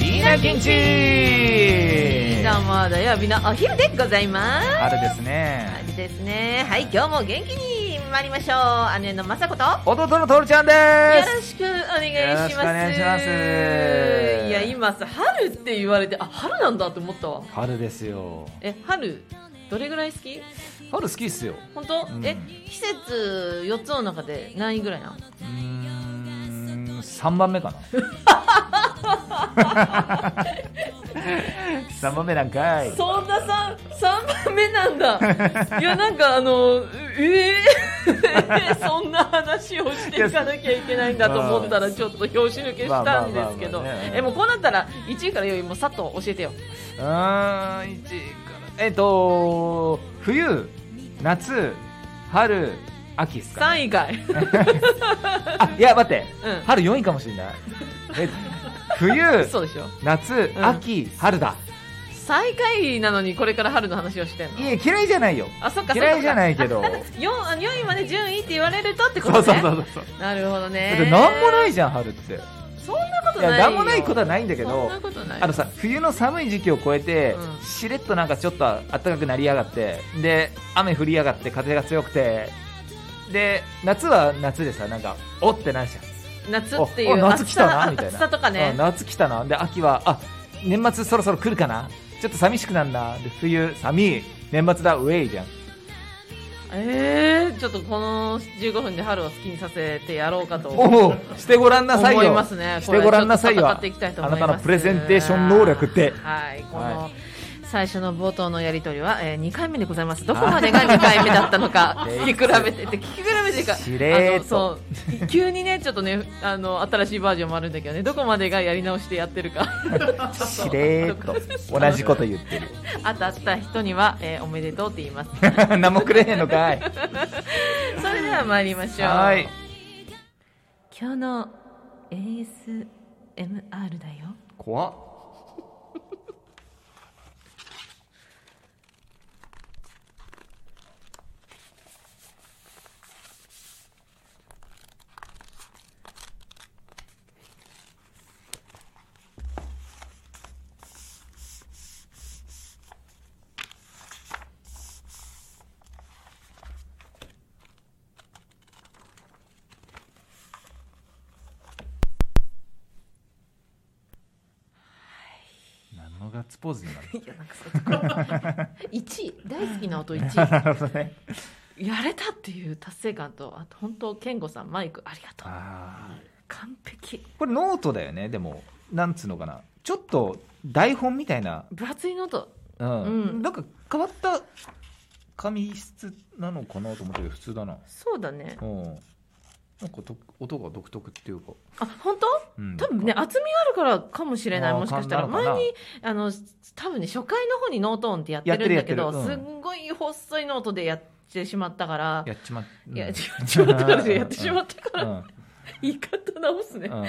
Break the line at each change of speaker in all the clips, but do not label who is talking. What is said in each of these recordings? みなきんち
みなまだよ、みなお昼でございます。
あれです
あ
ね
れですね。はい、今日も元気に参りましょう。姉のまさこと。よ
弟のとるちゃんです
ろしくお願いします。
よろしくお願いします
いや、今さ、春って言われて、あ、春なんだって思ったわ。
春ですよ
え、春、どれぐらい好き
春好きっすよ
本当、
うん
え、季節4つの中で何位ぐらいなの
うーん3番目 かな3番目なんかい
そんなさ3番目なんだいやなんかあのえー、そんな話をしていかなきゃいけないんだと思ったらちょっと拍子抜けしたんですけど
まあまあまあまあね
えもうこうなったら1位から4位もうさっと教えてよ
うーん1位からえっと冬夏春秋っすか、
3位かい
あいや待って、
うん
春4位かもしれないえ 冬
そうでしょ
夏、
ん
秋春だ
最下位なのにこれから春の話をしてんの
いや嫌いじゃないよ
あそっか
嫌いじゃないいけど
4, 四位まで順位って言われるとってこ
そ
と
う
ね
そうそうそう そう
なるほど
だっ
ね
てなんもないいじゃん春って
そんなこと
い
な
や
いよ
なんもないことはないんだけど
そんなことない
あのさ冬の寒い時期を超えて、
うん
しれっとなんかちょっと暖かくなりやがってで雨降りやがって風が強くてで夏は夏でさなんかおってなるじゃん
夏ってい
おお
う
夏
暑
来たな
さ
みたい
暑
な
さとか
う
ね
ん夏来たなで秋はあ年末そろそろ来るかなちょっと寂しくなんなで冬寒い年末だウェイじゃん
えー、ちょっとこの15分で春を好きにさせてやろうかと
お
思
おしてごらんなさいよ
いますね。
してごらんなさいよ
これはちょっと戦っていきたいと思います
あなたのプレゼンテーション能力で
はい、こ
は、
の最初の冒頭のやり取りは、えー、2回目でございます。どこまでが2回目だったのか聞き比べてって、聞き比べてか、
しれ
あ
ー
の
っと
そう、急にね、ちょっとね、あの、新しいバージョンもあるんだけどね、どこまでがやり直してやってるか。
しれーっと同じこと言ってる
当たった人には、えーおめでとうって言います。
何もくれへんのかい
それでは参りましょう。
はい
今日の ASMR だよ
怖っ何のガッツポーズになる
いやなんかさ一位大好きな音1
なるほどね
位やれたっていう達成感とあと本当健吾さんマイクありがとう
あー
完璧
これノートだよねでもなんつうのかなちょっと台本みたいな
分厚いのと
うん、
うん
なんか変わった紙質なのかなと思ったけど普通だな
そうだね
うんなんかと音が独特っていうか、
あ本当
うん、
多分ね厚みがあるからかもしれない
あー
もしかしたら
かな
前
のかな
にあの多分ね初回の方にノートーンってやってるんだけ
や
ど、
ってるや
す
ってる
んごい細いノートでやってしまったから
やっちまっ
いや、やっちまったからじゃやってしまったから、
うん
言い方直すね。
うん、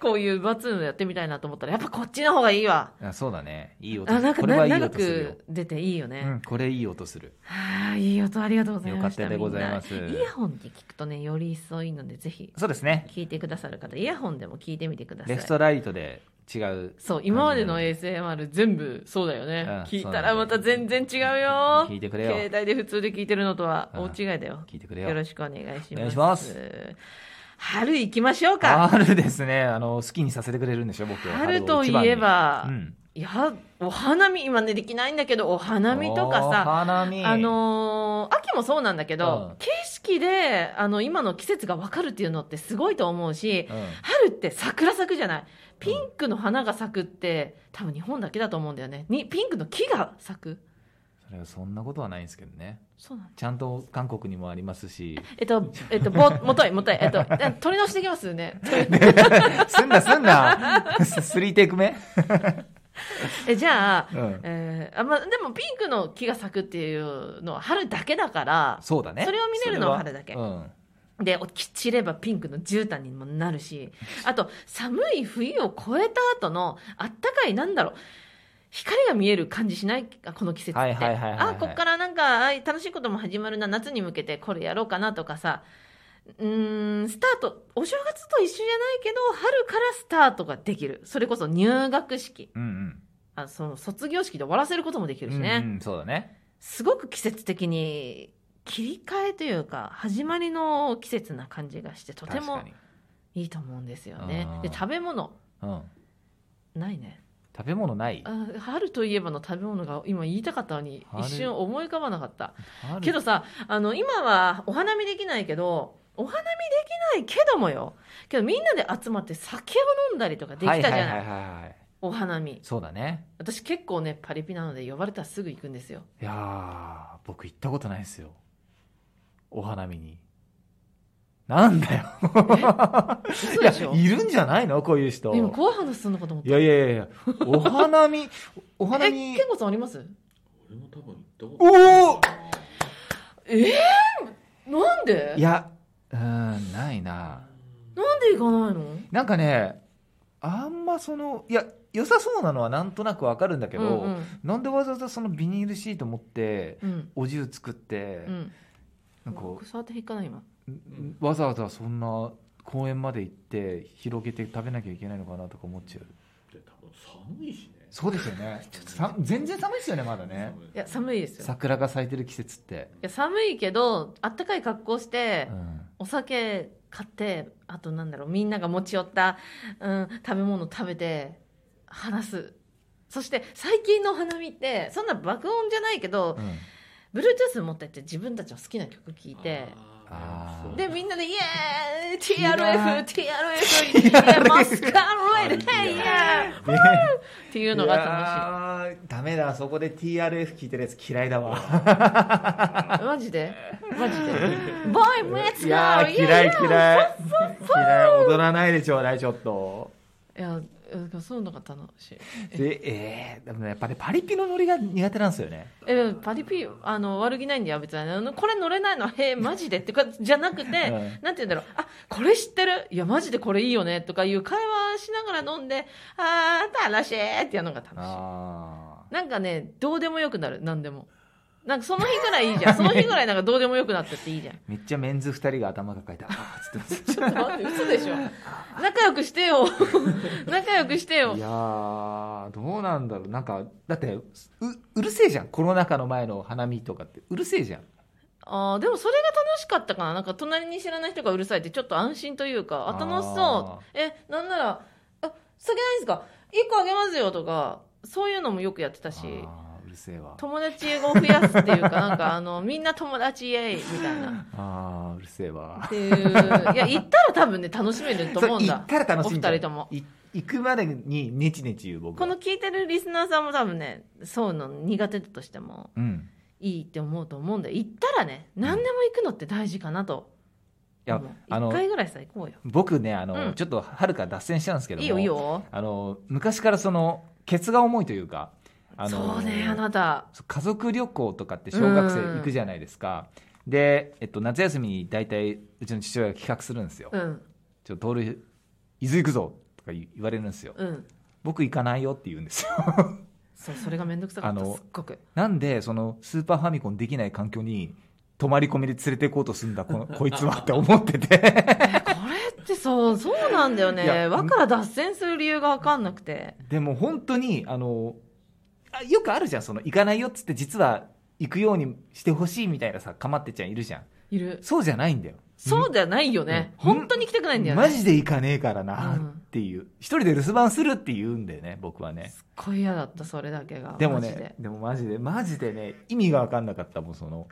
こういうバツのやってみたいなと思ったら、やっぱこっちの方がいいわ。
あそうだねいい音
あ、なんか
これは
ない
い
長
音するよ
く出ていいよね。
うん、これいい音する
はあ、いい音ありがとうございました。
よかったでございます
みんなイヤホンで聞くとね、より一層いいので、ぜひ
そうですね
聞いてくださる方、イヤホンでも聞いてみてくださ
レ
い
フ。トライトで違う
そう、今までの ASMR 全部そうだよね。
うん
聞いたらまた全然違うよ。
聞いてくれよ
携帯で普通で聞いてるのとは
うん
大違いだよ。
聞いてくれよ
よろしくお願いします。
お願いします
春行きましょうか。
春ですねあの好きにさせてくれるんでしょ僕は
春と
を一
い
番に
えば、
うん、
いや、お花見、今ね、できないんだけど、お花見とかさ、
お花見
あのー秋もそうなんだけど、
うん
景色で、あの、今の季節がわかるっていうのってすごいと思うし、
うん
春って桜咲くじゃないピンクの花が咲くって、多分日本だけだと思うんだよね。に、ピンクの木が咲く。
それはそんなことはないんですけどね
そうなんだ
ちゃんと韓国にもありますし
えっと、えっと、ぼ、もとい、もとい、えっと、 え取り直していきますよね。
すんだすんだ スリーテイク目、
え、じゃあ、
うん、
えーあ、まあ、でもピンクの木が咲くっていうのは春だけだから、
そうだね
それを見れるのは春だけ
それはうん
で、おき散ればピンクの絨毯にもなるし、あと、寒い冬を越えた後の、あったかい、なんだろう、光が見える感じしないあこの季節って。
はいはいはいはいはい
あ、こっからなんか、あ楽しいことも始まるな、夏に向けてこれやろうかなとかさ、うーんスタートお正月と一緒じゃないけど春からスタートができるそれこそ入学式
うんうん
あその卒業式で終わらせることもできるしね、
うんうん、そうだね
すごく季節的に切り替えというか始まりの季節な感じがしてとて
確
も
かに、
いいと思うんですよね
あー
で食べ物
うん、
ないね
食べ物ない
あ春といえばの食べ物が今言いたかったのに
春
一瞬思い浮かばなかった
ある
けどさあの今はお花見できないけどお花見できないけどもよけどみんなで集まって酒を飲んだりとかできたじゃない,、
はいはいはいはいはい
お花見
そうだね
私結構ねパリピなので呼ばれたらすぐ行くんですよ
いやー僕行ったことないですよお花見になんだよ
嘘
いや
でしょ
いるんじゃないのこういう人
今怖い話すんのかと思っ
いや
た
いやいやいやお花 見お花
え
見
健吾さんあります
俺も多分行ったこと
おお
ええなんで
いやうーんないな
なんで行かないの
なんかねあんまそのいや良さそうなのはなんとなくわかるんだけど、
うん
なんでわざわざそのビニールシート持って
うん
お重作って、
うん
なんかこ
僕触って引っかない今
う、わざわざそんな公園まで行って広げて食べなきゃいけないのかなとか思っちゃう
で多分寒いしね
そうですよ ねさ全然寒いですよねまだね
寒
いや寒いですよい
桜が咲いてる季節って、
や寒いけどあったかい格好して、
うん、
お酒買ってあとなんだろうみんなが持ち寄った、うん、食べ物食べて話すそして最近のお花見ってそんな爆音じゃないけど
うん
Bluetooth 持ってって自分たちの好きな曲聴いて
あー
でみんなで「イエーイ
ー
TRF! TRF! イエーイマスカロイド
TRF
ヘイイエーイ!」っていうのが楽
いやーダメだそこで TRF 聞いてるやつ嫌いだわ
しいマジ でマジで「ボーイメッツ
いや
ゴ
ー
ー
嫌い嫌い嫌い踊らないでちょうだいちょっと
いやうんそういうのが楽しい
でえー、でもねやっぱりパリピのノリが苦手なんですよね
えでもパリピあの悪気ないんだよ別にあのこれ乗れないのへえマジでってかじゃなくて、
ん
なんて言うんだろうあこれ知ってるいやマジでこれいいよねとかいう会話しながら飲んであー楽しいってやるのが楽し
あ
いなんかねどうでもよくなる何でもなんかその日ぐらいいい じゃんその日ぐらいなんかどうでもよくなってっていいじゃん
ーめっちゃメンズ2人が頭抱えてああっつってます
ちょっと待って嘘でしょ仲良くしてよ仲良くしてよ
いやーどうなんだろうなんかだってううるせえじゃんコロナ禍の前の花見とかってうるせえじゃん
あーでもそれが楽しかったかななんか隣に知らない人がうるさいってちょっと安心というかあ
あー
楽しそうえなんなら「あ酒ないんですか1個あげますよ」とかそういうのもよくやってたし
あーうるせえわ
友達を増やすっていう かなんかあのみんな友達イエイみたいな
あーうるせえわ
っていういや行ったら多分ね楽しめると思うん
それ行
だ
ったら楽しいんだ
お二人とも
行くまでにネチネチ言う僕
こ
は
の聞いてるリスナーさんも多分ねそういうの苦手だとしても
うん
いいって思うと思うんだよ行ったらね何でも行くのって大事かなと
いや
思う
あの
一回ぐらいさ行こうよ
僕ねあの、
うん
ちょっとはるか脱線しちゃうんですけども
いいよいいよ
あの昔からそのケツが重いというかあの
そうねあなた
そう家族旅行とかって小学生行くじゃないですかで、えっと、夏休みに大体うちの父親が企画するんですよ「
うん
ちょっと徹伊豆行くぞ」とか言言われるんですよ
うん
僕行かないよって言うんですよ
そうそれが面倒くさかっ
あ
た
の
すっごく
なんでそのスーパーファミコンできない環境に泊まり込みで連れて行こうとすんだ このこいつはって思ってて
これってそうそうなんだよ
い
ね
や
和から脱線する理由が分かんなくて
でも本当にあのあよくあるじゃんその行かないよっつって実は行くようにしてほしいみたいなさかまってちゃんいるじゃん
いる
そうじゃないんだよ
そうじゃないよね
うん
本当に行きたくないんだよね
マジで行かねえからな
うん
っていう、一人で留守番するって言うんだよね僕はね
すっごい嫌だったそれだけが
でも
マジ
ねでもマジでマジでね意味が分かんなかったもんその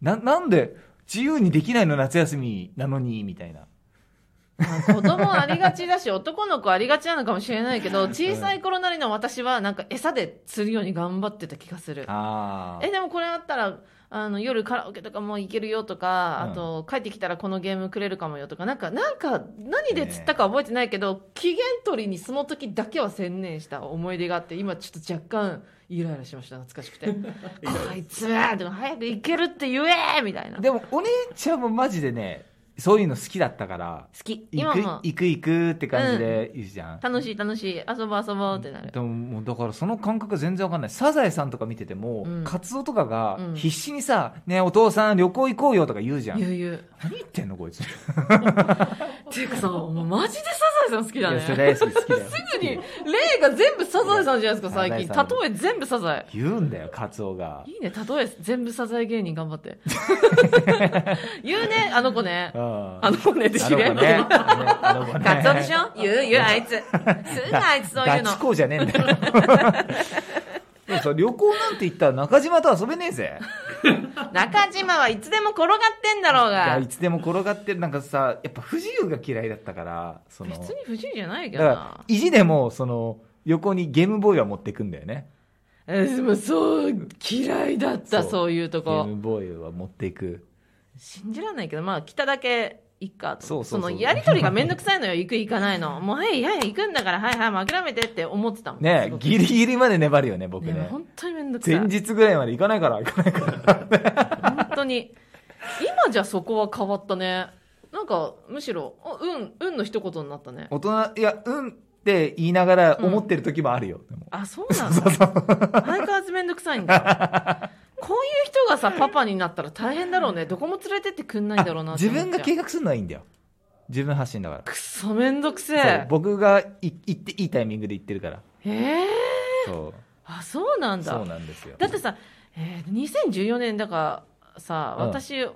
ななんで自由にできないの夏休みなのにみたいな
まあ子供ありがちだし男の子ありがちなのかもしれないけど小さい頃なりの私はなんか餌で釣るように頑張ってた気がする
あ
えでもこれあったらあの夜カラオケとかも行けるよとか、
うん
あと帰ってきたらこのゲームくれるかもよとかなんかなんか何で釣ったか覚えてないけど、期限取りにその時だけは専念した思い出があって今ちょっと若干イライラしました懐かしく てこいつはでも早く行けるって言えみたいな
でもお姉ちゃんもマジでねそういうの好きだったから
好き
行
今
く
も
行く行くって感じで言うじゃん、
楽しい楽しい遊ぼう遊ぼうってなる
でももうだからその感覚全然わかんないサザエさんとか見てても、
うん
カツオとかが
うん
必死にさ「ねお父さん旅行行こうよ」とか言うじゃん、
ゆうゆう
何言ってんのこいつ
ていうかさもうマジでサザエさん好きだ
い
ね
やそれ大好き好きだよ
すぐに例が全部サザエさんじゃないですか
サザエ
最
さ
近
ん
例え全部サザエ
言うんだよカツオが
いいね例え全部サザエ芸人頑張って 言うねあの子ね
あ
あの子ねって
あ
知
の
り
子
合いの
ね
ね
あの子ね
カツオでしょ言う言うあいつすぐあいつそういう
ガ
の
チ校じゃねえんだよでも さ旅行なんて行ったら中島と遊べねえぜ
中島はいつでも転がってんだろう
いや
が
いつでも転がってるなんかさやっぱ不自由が嫌いだったからその
別に不自由じゃないけ
だ
ど
か
な
ら意地でもその横にゲームボーイは持ってくんだよね
えでもそう嫌いだった
そ
そうういうと
ゲー
こ
ムボーイは持っていく
信じられないけどまあ来ただけいっかと
そうそうそう
のやり取りがめんどくさいのよ行く行かないのもうはいはい行くんだからはいはいもう諦めてって思ってたもん
ね
すごく
ギリギリまで粘るよね僕ね
ね本当にめんどくさい
前
本
日ぐらいまで行かないから行かないから
当に今じゃそこは変わったねなんかむしろあうんうんの一言になったね
大人いやうんって言いながら思ってる時もあるよ、でも
あそうなんだ相変わらずめんどくさいんだこういう人がさパパになったら大変だろうねどこも連れてってくんないだろうな
あ
って
自
思っちゃ
分
う
が計画するのはいいんだよ自分発信だから
くそめんどくせ
そう
え
僕がい行っていいタイミングで行ってるから
ええ
そ
あそうなん
う
だ
そうなんですよ
だってさ、えー、2014年だからさ
うん
私、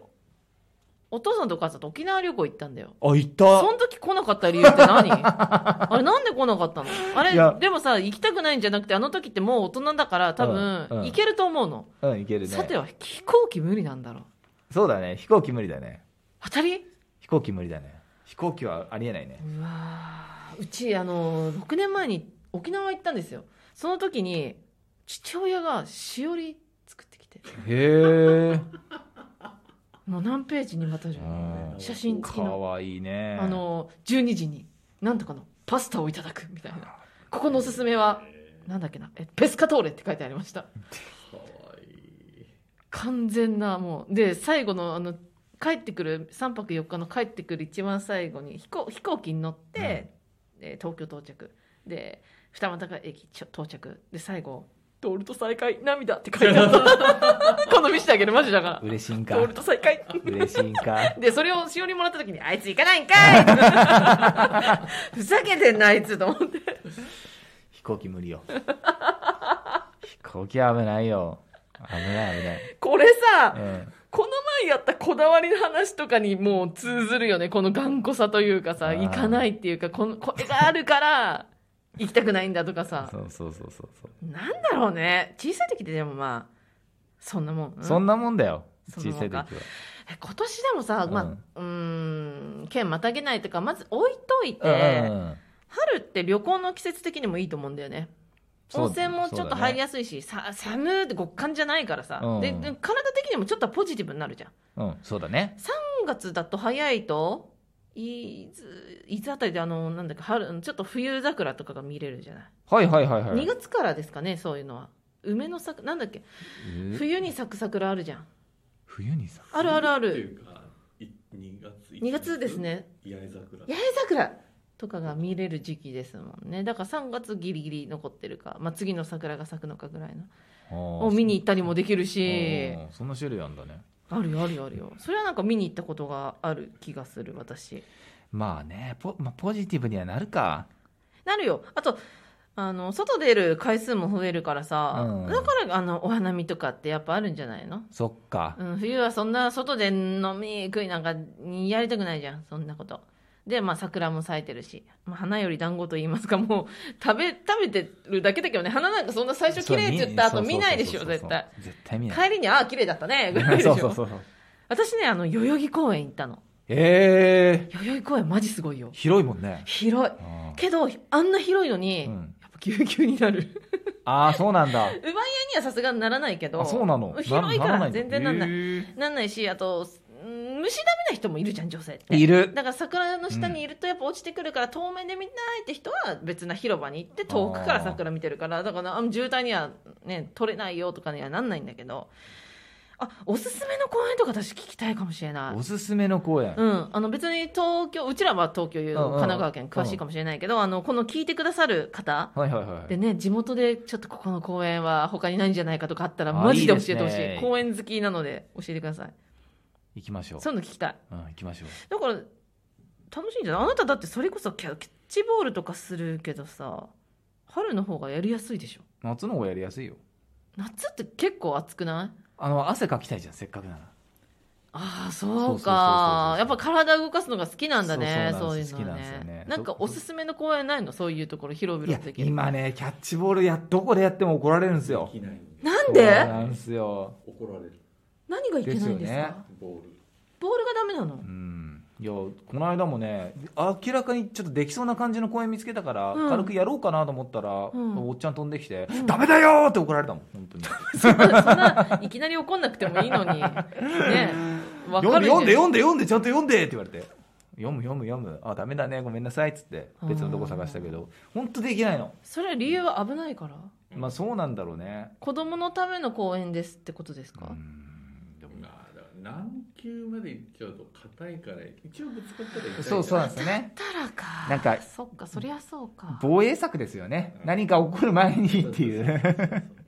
お父さんとお母さんと沖縄旅行行ったんだよ
あ行っ
そ
た
の時来なかった理由っ て何あれなんで来なかったのあ
いや
れでもさ行きたくないんじゃなくてあの時ってもう大人だから多分、
うんうん
行けると思うの、
うん行けるね
さては飛行機無理なんだろう
そうだね飛行機無理だね
当たり
飛行機無理だね飛行機はありえないね
うわーうちあの6年前に沖縄行ったんですよその時に父親がしおり作ってきて
へえ
もう何ページにまたる
うん
写真付き
か
の
わいいね
あの12時になんとかのパスタをいただくみたいなここのおすすめはなんだっけなえペスカトーレって書いてありました
かわいい
完全なもうで最後のあの帰ってくる3泊4日の帰ってくる一番最後に飛行飛行機に乗って、で東京到着で二俣駅ちょ到着で最後「トールと再会涙」って書いてあった 好みしてあげるマジだから
嬉しいん
「ト
か
ールと再会」
嬉しいんか
で、それをしおりもらった時に、あいつ行かないんかい ふざけてんな、あいつと思って。
飛行機無 理よ飛行機は危ないよ危ない危ない、
これさ、
うん、
この前やったこだわりの話とかにもう通ずるよね。この頑固さというか
あ
さ、
ー
行かないっていうか、この、これがあるから、行きたくないんだとかさ。
そうそうそうそうそう
なんだろうね。小さい時ってでもまあ、そんなもん。う
そんなもんだよ
そんな
小
もん
さい時は
かえ今年でもさ、まあ、うーん、県またげないとか、まず置いといて、
うん
春って旅行の季節的にもいいと思うんだよね
そう
温泉もちょっと入りやすいし、さ寒ーって極寒じゃないからさ、
うん
でで体的にもちょっとポジティブになるじゃん
うんそうだね
3月だと早いと伊豆伊豆あたりであのなんだっけ春ちょっと冬桜とかが見れるじゃない、
はいはいはいはい
2月からですかねそういうのは梅の咲くなんだっけ
え
冬に咲く桜あるじゃん
冬にさ
あるあるあ
っ
る
ていうかい2月
2月ですね
八重桜
八重桜とかが見れる時期ですもんねだから3月ギリギリ残ってるか、まあ、次の桜が咲くのかぐらいのを
を
見に行ったりもできるし
そんな種類あんだね
あるよあるよあるよそれはなんか見に行ったことがある気がする私
まあねポ,、まあ、ポジティブにはなるか
なるよあとあの外出る回数も増えるからさ、
うん
だからあのお花見とかってやっぱあるんじゃないの、
そっか、
うん、冬はそんな外で飲み食いなんかやりたくないじゃんそんなことでまあ桜も咲いてるし、まあ、花より団子と言いますかもう 食べ食べてるだけだけどね花なんかそんな最初綺麗って言った後見ないでしょ
そうそう
絶
そうそう
対
絶対見ない
帰りにああ綺麗だった ねぐらいでしょ
そうそうそうそう
私ねあの代々木公園行ったの
ええ
代々木公園マジすごいよ
広いもんね
広い
あ
けどあんな広いのに、
ーう
や
ん、
っぱぎゅうぎゅうになる
あーそうなんだ
奪い合いにはさすがにならないけど
あそうなの
広いから全然なんない
へー
なんないしあとうん虫ダメな人もいるじゃん女性って
いる
だから桜の下にいるとやっぱ落ちてくるから、遠目で見たいって人は別な広場に行って遠くから桜見てるからだからあ渋滞にはね取れないよとかにはなんないんだけどあおすすめの公園とか私聞きたいかもしれない
おすすめの公園、
うん、あの別に東京うちらは東京、
うんうん
神奈川県詳しいかもしれないけど、あのこの聞いてくださる方
はいはいはい
でね地元でちょっとここの公園は他にないんじゃないかとかあったら
あ
マジで教えてほしい
いいですね
公園好きなので教えてください
行きましょう
そういうの聞きたい
うん行きましょう
だから楽しいんじゃないあなただってそれこそキャキャッチボールとかするけどさ春の方がやりやすいでしょ
夏の方がやりやすいよ
夏って結構暑くない
あの汗かきたいじゃんせっかくなら
ああ
そうそう
そう
そうそ
か
う
やっぱ体動かすのが好きなんだね
そうそう
そ
な
うんい
で
う
す
の
好きな
は
んですよね
ねなんかおすすめの公園ないのそういうところ広
いや
々できる
今ねキャッチボールやどこでやっても怒られるんですよ
できない
なん
そう
で
なんですよ
怒られる
何がいけないんですか
ですよね
ボール
ボールがダメなの
うんいやこの間もね明らかにちょっとできそうな感じの公園見つけたから、
うん
軽くやろうかなと思ったら、
うん
おっちゃん飛んできて「
うん
ダメだよ!」って怒られたもん本当に
そんないきなり怒んなくてもいいの にね
読んで読んで読
わかるじゃ
んで読んでちゃんと読んでって言われて「読む読む読むあダメだねごめんなさい」っつって別のとこ探したけど本当できないの
それは理由は危ないから
まあそうなんだろうね
子供のための公園ですってことですか、
うんでも
まあだから何球までいっちゃうと硬いから一応ぶつかったら痛いから
そうそうなんですよね
たらか
なんか
そっかそりゃそうか
防衛策ですよね
うん
何か起こる前にってい
そうそそう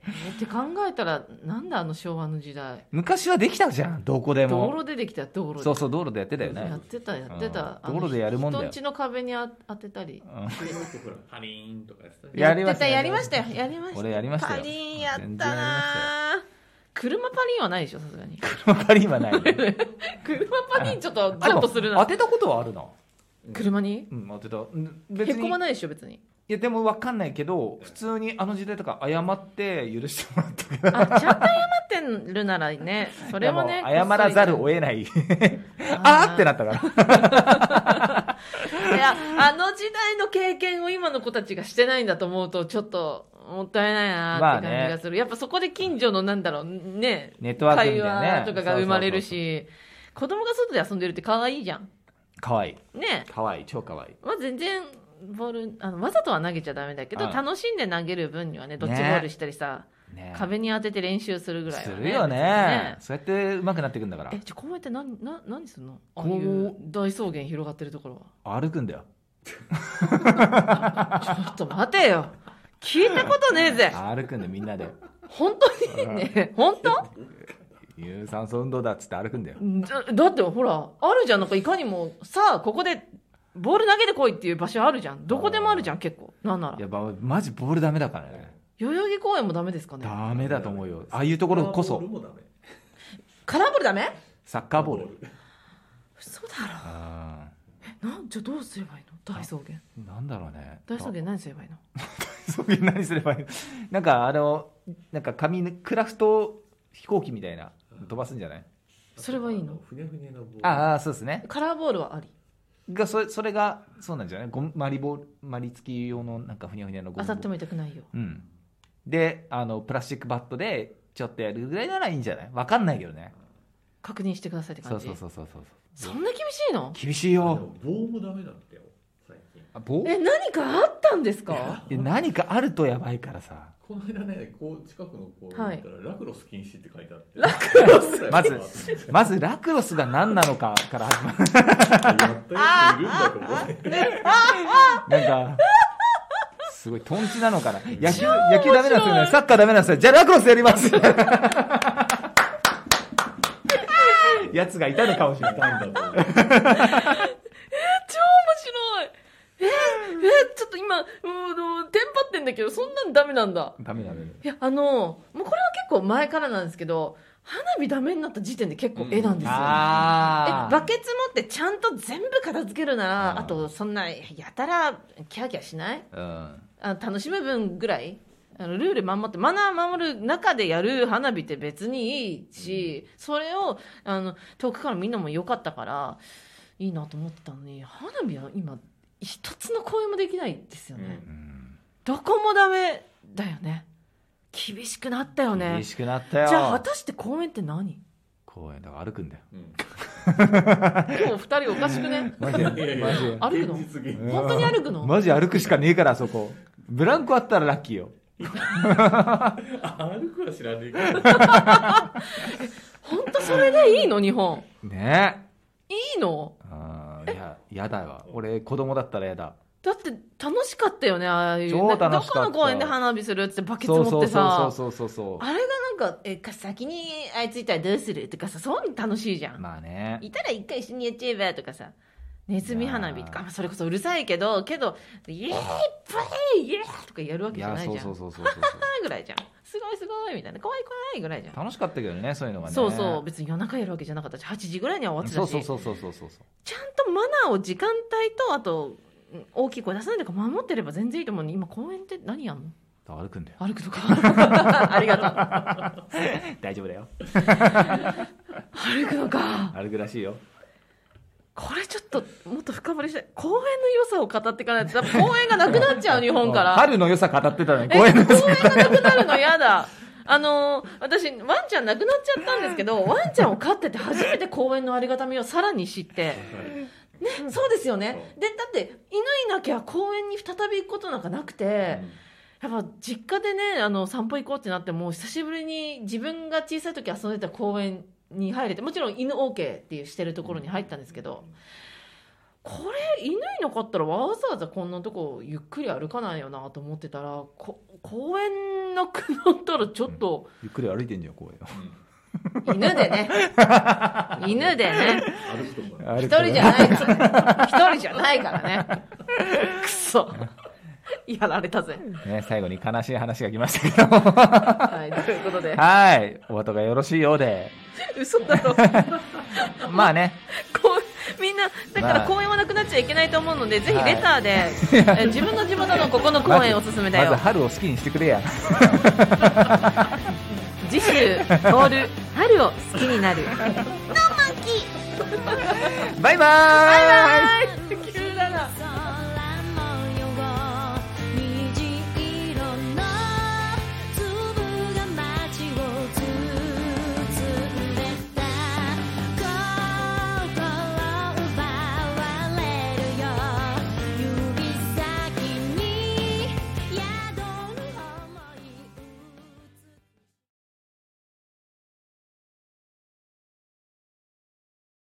えって考えたらなんだあの昭和の時代
昔はできたじゃんどこで
道
も
路でできた道路で
そうそう道路でやってたよ
や
ね
ってたやってた、
うん道路でやるもんだよ
人んちの壁にあ当てたり
うん
そうそうほらパリーンとかやってた
や
ね
りましたよ
やってやりましたよやりました
俺やりましたよ
パリーンやった
全然やりま
なー車パリーンはないでしょさす がに
わかり今ない ね
車パリーンちょっと
あで
ゾ
も
ッとする
当
な
てたことはあるな
車に
うん当てたうん
へ
別
こ
に
まないでしょ別に
いやでもわかんないけど普通にあの時代とか謝って許してもらったけど
あちゃんと謝ってるならね それもね
で謝らざる
こ
を
っ
得ない
そりね
あーってなったから
いやあの時代の経験を今の子たちがしてないんだと思うとちょっともったいないなーって感じがする、やっぱそこで近所のなんだろうね
ネットワークみたい
会
なね
話とかが生まれるし子供が外で遊んでるって可愛いじゃん
かわいい
ね
かわいい超かわいい
まあ、全然ボールあのわざとは投げちゃダメだけど、
うん
楽しんで投げる分にはねドッジボ
ね
ールしたりさ、
ね
壁に当てて練習するぐらい
す
は、ね、
るよね
別にね
そうやってうまくなっていくんだから
えじゃあ公園って何な何するのああ
こう
いう大草原広がってるところは
歩くんだよ
ち ょっと待てよ聞いたことねえぜ
歩くんだよみんなで
本当にね 本当
有酸素運動だっつって歩くんだよ
だだってほらあるじゃんなんかいかにもさあここでボール投げてこいっていう場所あるじゃんどこでもあるじゃん結構なんないら
やまマジボールダメだからね
代々木公園もダメですかね
ダメだと思うよああいうところこそ
ボールもダメ
カラーボールダメ
サッカーボール
嘘だ
あ
ろなんじゃあどうすればいいの大草原
ーなんだろうね
大草原何すればいいの
そういう何すればいいの なんかあのなんか紙のクラフト飛行機みたいな飛ばすんじゃない
それはいいの
ふにゃふにゃのボール
ああそうですね
カラーボールはあり
がそれそれがそうなんじゃないゴムマリボーマリ付き用のなんかふにゃふにゃのゴム
当たっても痛くないよ
うんであのプラスチックバットでちょっとやるぐらいならいいんじゃないわかんないけどね
確認してくださいって
そ
感
う
じ
そうそうそうそう
そんな厳しいの
厳しい
あで
よ
も棒もダメだってよ最近
あ棒
え何かあったんです
い
か
や
いや何かあるとやばいからさ
この間ねこう近くの公園行ったら、ラクロス禁止って書いてあって
ラ
クロ
スまずまずラクロスが何なのかから始まる
やったやついるんだと思って
なんかすごいトンチなのかな野球野球ダメなんですよねサッカーダメなんですよじゃあラクロスやりますやつがいたのかもしれない
たんだと思って
超面白いえーえーちょっと今もうもうテンパってんだけどそんなんダメなんだ
ダメダメ
いやあのもうこれは結構前からなんですけど花火ダメになった時点で結構絵なんですよ、
あ
え
ー
バケツ持ってちゃんと全部片付けるなら、
うん
あとそんなやたらキャーキャーしない
うん
あ楽しむ分ぐらいあのルール守ってマナー守る中でやる花火って別にいいし、それをあの遠くからみんなも良かったからいいなと思ってたのに花火は今一つの公演もできないですよね、
うん
うん
どこもダメだよね厳しくなったよね
厳
じ
しくなったよ
ゃあ果たして公演っ て何
公園だから歩くんだよ
うん
今日二人おかしくね
マジでマジ
いやいや
で
歩くの
現実現
うん
実
本当に歩くの
マジ歩くしかねえからあそこブランコあったらラッキーよ
歩くは知らねえけど
本それでいいの日本
ねえ
いいの
あーいややだわ俺子供だったらやだ
だって楽しかったよねああいう
超楽しかった
どこの公園で花火するっつってバケツ
そう
持
そ
っ
う
てさ
そうそうそうそ
あれがなんかえか先にあいついたらどうするとかさそういうの楽しいじゃ、
うんまあね
いたら一回一緒にやっちゃえばとかさネズミ花火とか、まあ、それこそうるさいけどけど「イエーイプレイイエーイ!」とかやるわ
い
けじゃ
や
ないじゃ
そ
ん
うそうそうそうそうそう
ぐらいじゃんすごいすごいみたいな怖い怖いぐらいじゃん、
楽しかったけどねそういうのがね
そうそう別に夜中やるわけじゃなかったし8時ぐらいには終わ
そ
ってた
う
し
そうそうそうそうそうそう
ちゃんとマナーを時間帯とあとうん大きい声出さないとか守ってれば全然いいと思うのに今公園って何やんの
だから歩くんだよ
歩く とかありがとう
大丈夫だよ
歩くのか
歩くらしいよ
これちょっともっと深掘りしたい公園の良さを語っていかないと多分公園がなくなっち ゃう日本から
春の良さ語ってたのに
え
公園の
公園がなくなるの嫌だ。あのー私、ワンちゃん亡くなっちゃったんですけど、ワンちゃんを飼ってて初めて公園のありがたみをさらに知って。ね、そうですよね。で、だって、犬いなきゃ公園に再び行くことなんかなくて、やっぱ実家でね、あの、散歩行こうってなっても、久しぶりに自分が小さい時遊んでた公園に入れて、もちろん犬 OK っていうしてるところに入ったんですけど、これ犬いなかったらわざわざこんなとこゆっくり歩かないよなと思ってたらこ公園なくなったらちょっと
ゆっくり歩いてんじゃん公園
犬でね 犬でね
歩くとこ
を
一人じゃないから一人じゃないからねくそやられたぜ、
ね、最後に悲しい話が来ましたけども
はい、ということで
はいお後がよろしいようで
嘘だろ
まあね
こうみんなだから
まあ
公園はなくなっちゃいけないと思うので、ぜひレターで、 え自分の地元のここの公園おすすめだ
ま
よ
ず春を好きにしてくれや
次週ボール春を好きになる
バイバーイ
はい